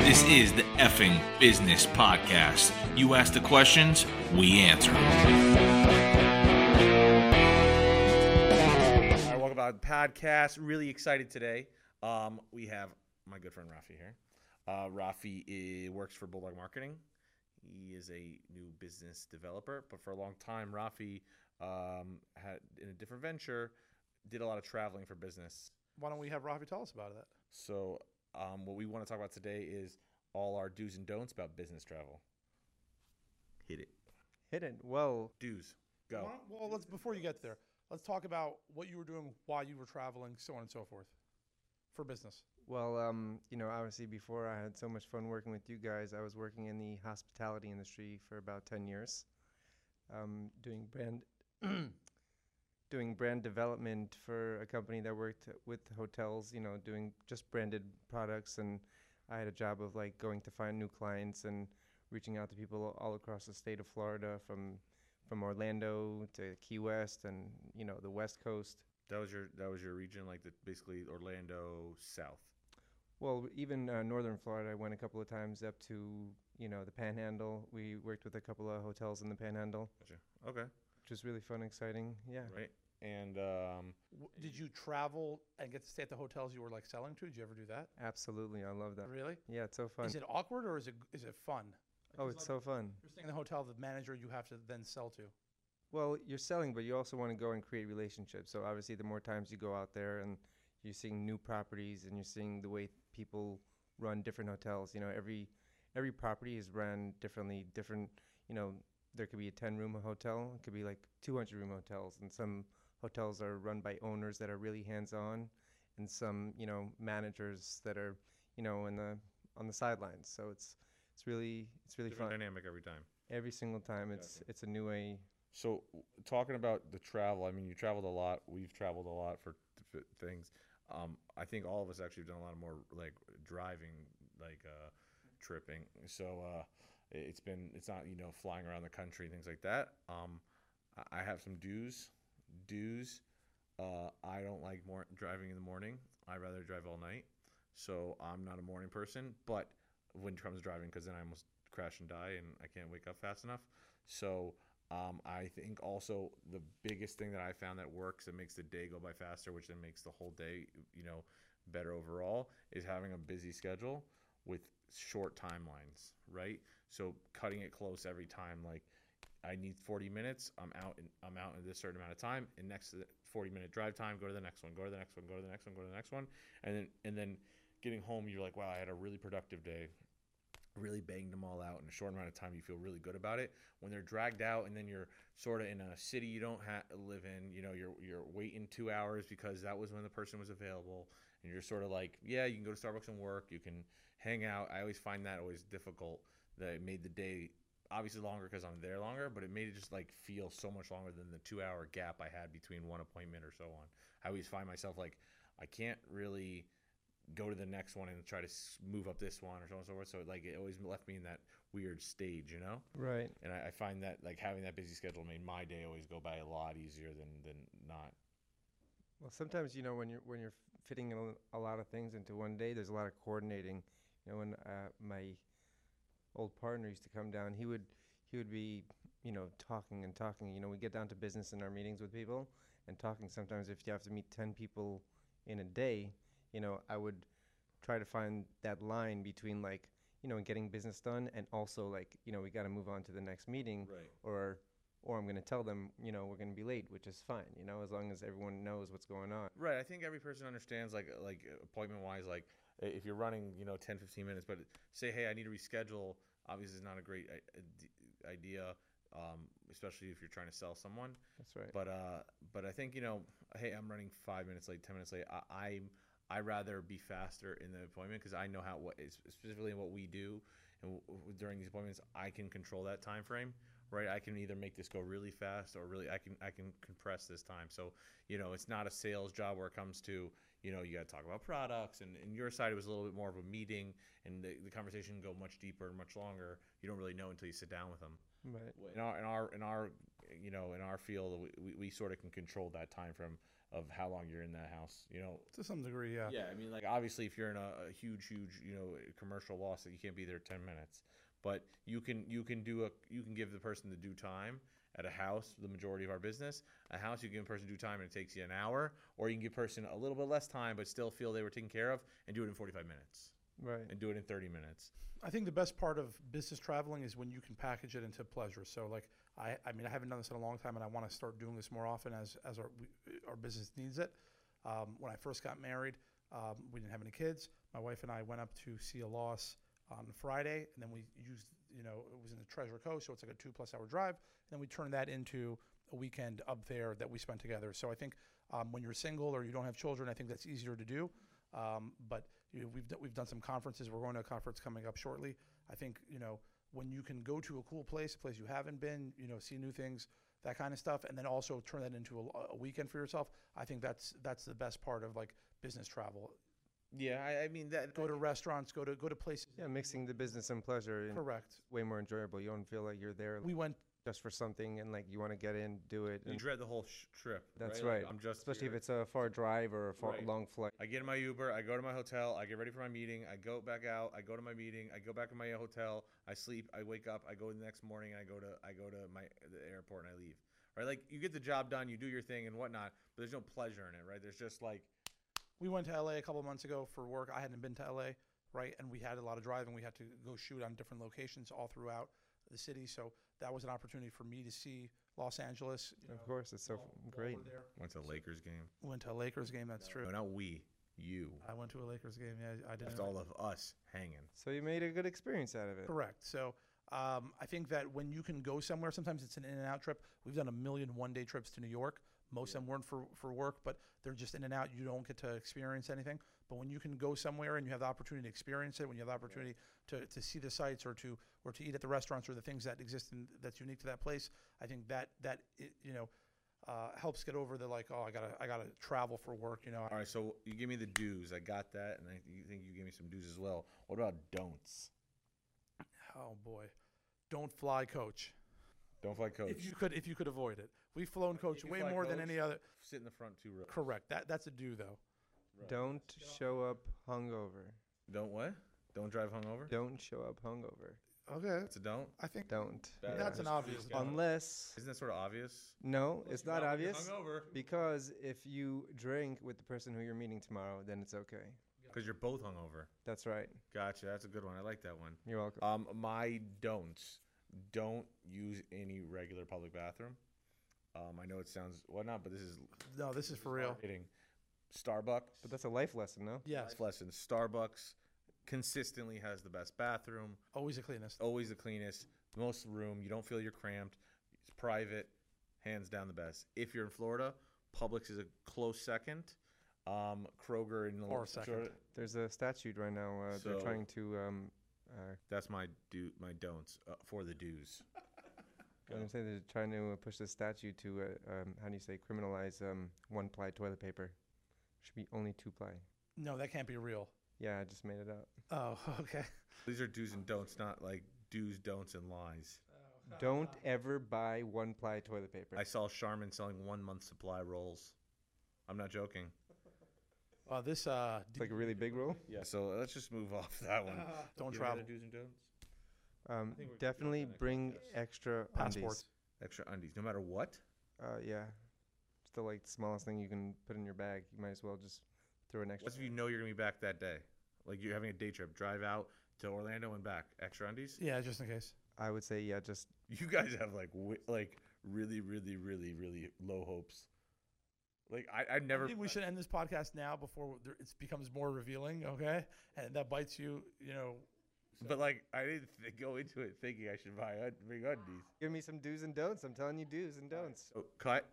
This is the effing business podcast. You ask the questions, we answer. All right, welcome back to the podcast. Really excited today. Um, we have my good friend Rafi here. Uh, Rafi i- works for Bulldog Marketing. He is a new business developer, but for a long time, Rafi um, had in a different venture did a lot of traveling for business. Why don't we have Rafi tell us about that? So, um, what we want to talk about today is all our do's and don'ts about business travel. Hit it. Hidden. Well, Do's. Go. Why don't- Well, let's before you get there, let's talk about what you were doing, why you were traveling, so on and so forth, for business. well, um, you know, obviously before I had so much fun working with you guys, I was working in the hospitality industry for about 10 years, um, doing brand doing brand development for a company that worked with hotels, you know, doing just branded products and I had a job of like going to find new clients and reaching out to people all across the state of Florida from from Orlando to Key West and, you know, the West Coast. That was your that was your region, like the basically Orlando South. Well, even uh, northern Florida, I went a couple of times up to you know the Panhandle. We worked with a couple of hotels in the Panhandle, Gotcha. Okay. which was really fun, exciting. Yeah, Right. And um, W- Did you travel and get to stay at the hotels you were like selling to? Did you ever do that? absolutely, I love that. Really? Yeah, it's so fun. Is it awkward or is it is it fun? oh, it's so fun. You're staying in the hotel, the manager you have to then sell to. Well, you're selling, but you also want to go and create relationships. So obviously, the more times you go out there and you're seeing new properties and you're seeing the way people run different hotels. You know, every every property is run differently. Different, you know, there could be a 10 room hotel, it could be like 200 room hotels, and some hotels are run by owners that are really hands on, and some, you know, managers that are, you know, in the on the sidelines. So it's it's really it's really different fun. dynamic every time. Every single time, it's it's a new way So w- talking about the travel, I mean, you traveled a lot. We've traveled a lot for th- f- things. Um, I think all of us actually have done a lot of more like driving, like uh, tripping. So uh, i- it's been it's not you know flying around the country and things like that. Um, I- I have some dues, dues. Uh, I don't like more driving in the morning. I rather drive all night. So I'm not a morning person, but when it comes to driving, because then I almost crash and die, and I can't wake up fast enough. So um, I think also the biggest thing that I found that works that makes the day go by faster, which then makes the whole day, you know, better overall, is having a busy schedule with short timelines, right? So cutting it close every time, like I need 40 minutes. I'm out. In, I'm out in this certain amount of time. And next to the 40 minute drive time, go to the next one. Go to the next one. Go to the next one. Go to the next one. And then and then getting home, you're like, wow, I had a really productive day. Really banged them all out in a short amount of time. You feel really good about it. When they're dragged out, and then you're sort of in a city you don't ha- live in. You know, you're you're waiting two hours because that was when the person was available. And you're sort of like, yeah, you can go to Starbucks and work. You can hang out. I always find that always difficult. That it made the day obviously longer because I'm there longer, but it made it just like feel so much longer than the two hour gap I had between one appointment or so on. I always find myself like I can't really go to the next one and try to s- move up this one or so on and so forth. So like it always left me in that weird stage, you know. right. And I, I find that like having that busy schedule made my day always go by a lot easier than than not. Well, sometimes you know when you're when you're fitting in a, a lot of things into one day, there's a lot of coordinating. You know, when uh, my old partner used to come down, he would he would be you know talking and talking. You know, we get down to business in our meetings with people and talking. Sometimes if you have to meet ten people in a day, you know, I would try to find that line between like you know getting business done and also like you know we got to move on to the next meeting Right. or or I'm going to tell them, you know, we're going to be late, which is fine, you know, as long as everyone knows what's going on. Right. I think every person understands like like appointment wise like i- if you're running you know 10 15 minutes but say hey I need to reschedule obviously is not a great i- i- idea um, especially if you're trying to sell someone That's right. but uh but I think you know hey I'm running 5 minutes late 10 minutes late I I'm I rather be faster in the appointment because I know how what is specifically what we do and w- w- during these appointments I can control that time frame right I can either make this go really fast or really I can I can compress this time so you know it's not a sales job where it comes to you know you got to talk about products and in your side it was a little bit more of a meeting and the, the conversation can go much deeper and much longer you don't really know until you sit down with them right. in our in our in our you know in our field we, we, we sort of can control that time frame uh, of how long you're in that house. You know, to some degree, yeah. yeah, I mean, like obviously, if you're in a, a huge, huge, you know, commercial loss, that you can't be there ten minutes, but you can you can do a you can give the person the due time at a house. The majority of our business, a house, you give a person due time and it takes you an hour, or you can give a person a little bit less time but still feel they were taken care of and do it in forty five minutes Right. and do it in thirty minutes. I think the best part of business traveling is when you can package it into pleasure. So, like, I, I mean, I haven't done this in a long time, and I want to start doing this more often as as our we, our business needs it. Um, when I first got married, um, we didn't have any kids. My wife and I went up to see a loss on Friday, and then we used, you know, it was in the Treasure Coast, so it's like a two plus hour drive. And then we turned that into a weekend up there that we spent together. So I think um, when you're single or you don't have children, I think that's easier to do. Um, but you know, we've, d- we've done some conferences. We're going to a conference coming up shortly. I think, you know, when you can go to a cool place, a place you haven't been, you know, see new things, that kind of stuff, and then also turn that into a, a weekend for yourself. I think that's that's the best part of like business travel. Yeah, I, I mean that. Go to restaurants, go to go to places. Yeah, mixing the business and pleasure is Correct. way more enjoyable. You don't feel like you're there We went just for something and like you want to get in, do it. You and- dread the whole sh- trip. that's Like, right. I'm just especially here. if it's a far drive or a far, Right. long flight. I get in my Uber, I go to my hotel, I get ready for my meeting, I go back out, I go to my meeting, I go back to my hotel, I sleep, I wake up, I go the next morning, I go to I go to my the airport and I leave. Right? Like you get the job done, you do your thing and whatnot, but there's no pleasure in it, right? There's just like we went to LA a couple months ago for work. I hadn't been to LA, right? And we had a lot of driving. We had to go shoot on different locations all throughout the city. So that was an opportunity for me to see Los Angeles. you know, Of course, it's so while- while f- we're great. there. went to a Lakers game. Went to a Lakers game. That's No, true. not we, you. I went to a Lakers game. Yeah, I didn't. Left all of us hanging. So you made a good experience out of it. Correct. So um, I think that when you can go somewhere, sometimes it's an in and out trip. We've done a million one day trips to New York. Most of them weren't for, for work, but they're just in and out. You don't get to experience anything. But when you can go somewhere and you have the opportunity to experience it, when you have the opportunity to, to see the sights or to or to eat at the restaurants or the things that exist in, that's unique to that place, I think that that it, you know uh, helps get over the like oh I gotta I gotta travel for work. You know All right, so you give me the do's. I got that, and I you think you gave me some do's as well. What about don'ts? oh boy, don't fly coach. Don't fly coach. If you could if you could avoid it, we've flown coach you way fly more than coach, any other. Sit in the front two rows. Correct. That that's a do though. Don't show up hungover. Don't what? Don't drive hungover. Don't show up hungover. Okay. That's a don't. I think Don't. Bad that's an idea. obvious. Yeah. Unless Isn't that sort of obvious? no, it's not Well, you're obvious Hungover. because if you drink with the person who you're meeting tomorrow, then it's okay. Because you're both hungover. That's right. Gotcha. That's a good one. I like that one. You're welcome. Um, my don'ts: don't use any regular public bathroom. Um, I know it sounds whatnot, but this is No, this is for real. hitting Starbucks. But that's a life lesson, no? Yes. Life lesson. Starbucks consistently has the best bathroom. Always the cleanest. It's always the cleanest, the most room. You don't feel you're cramped. It's private, hands down the best. If you're in Florida, Publix is a close second. Um, Kroger in the Or second. There's a statute right now. Uh, they're So- trying to. Um, uh, That's my do my don'ts uh, for the dues. I'm saying they're trying to uh, push the statute to uh, um, how do you say criminalize um, one ply toilet paper. Should be only two ply. No, that can't be real. Yeah, I just made it up. Oh, okay. These are do's and don'ts, not like do's, don'ts, and lies. Don't ever buy one ply toilet paper. I saw Charmin selling one month supply rolls. I'm not joking. Uh, this uh, it's like a really big rule. Yeah. So uh, let's just move off that one. don't You have any travel. other do's and don'ts. Um, think we're good on definitely that, I bring guess. extra Passports. passports. Extra undies, no matter what. Uh, yeah, it's the like smallest thing you can put in your bag. You might as well just throw an extra. What if you know you're gonna be back that day? Like you're having a day trip, drive out to Orlando and back. Extra undies. Yeah, just in case. I would say yeah, just You guys have like wi- like really, really, really, really low hopes. Like I, I've I never. think we should end this podcast now before there- it becomes more revealing. Okay, and that bites you. You know, But like I didn't th- go into it thinking I should buy un- bring undies. give me some do's and don'ts. I'm telling you do's and don'ts. Oh, cut.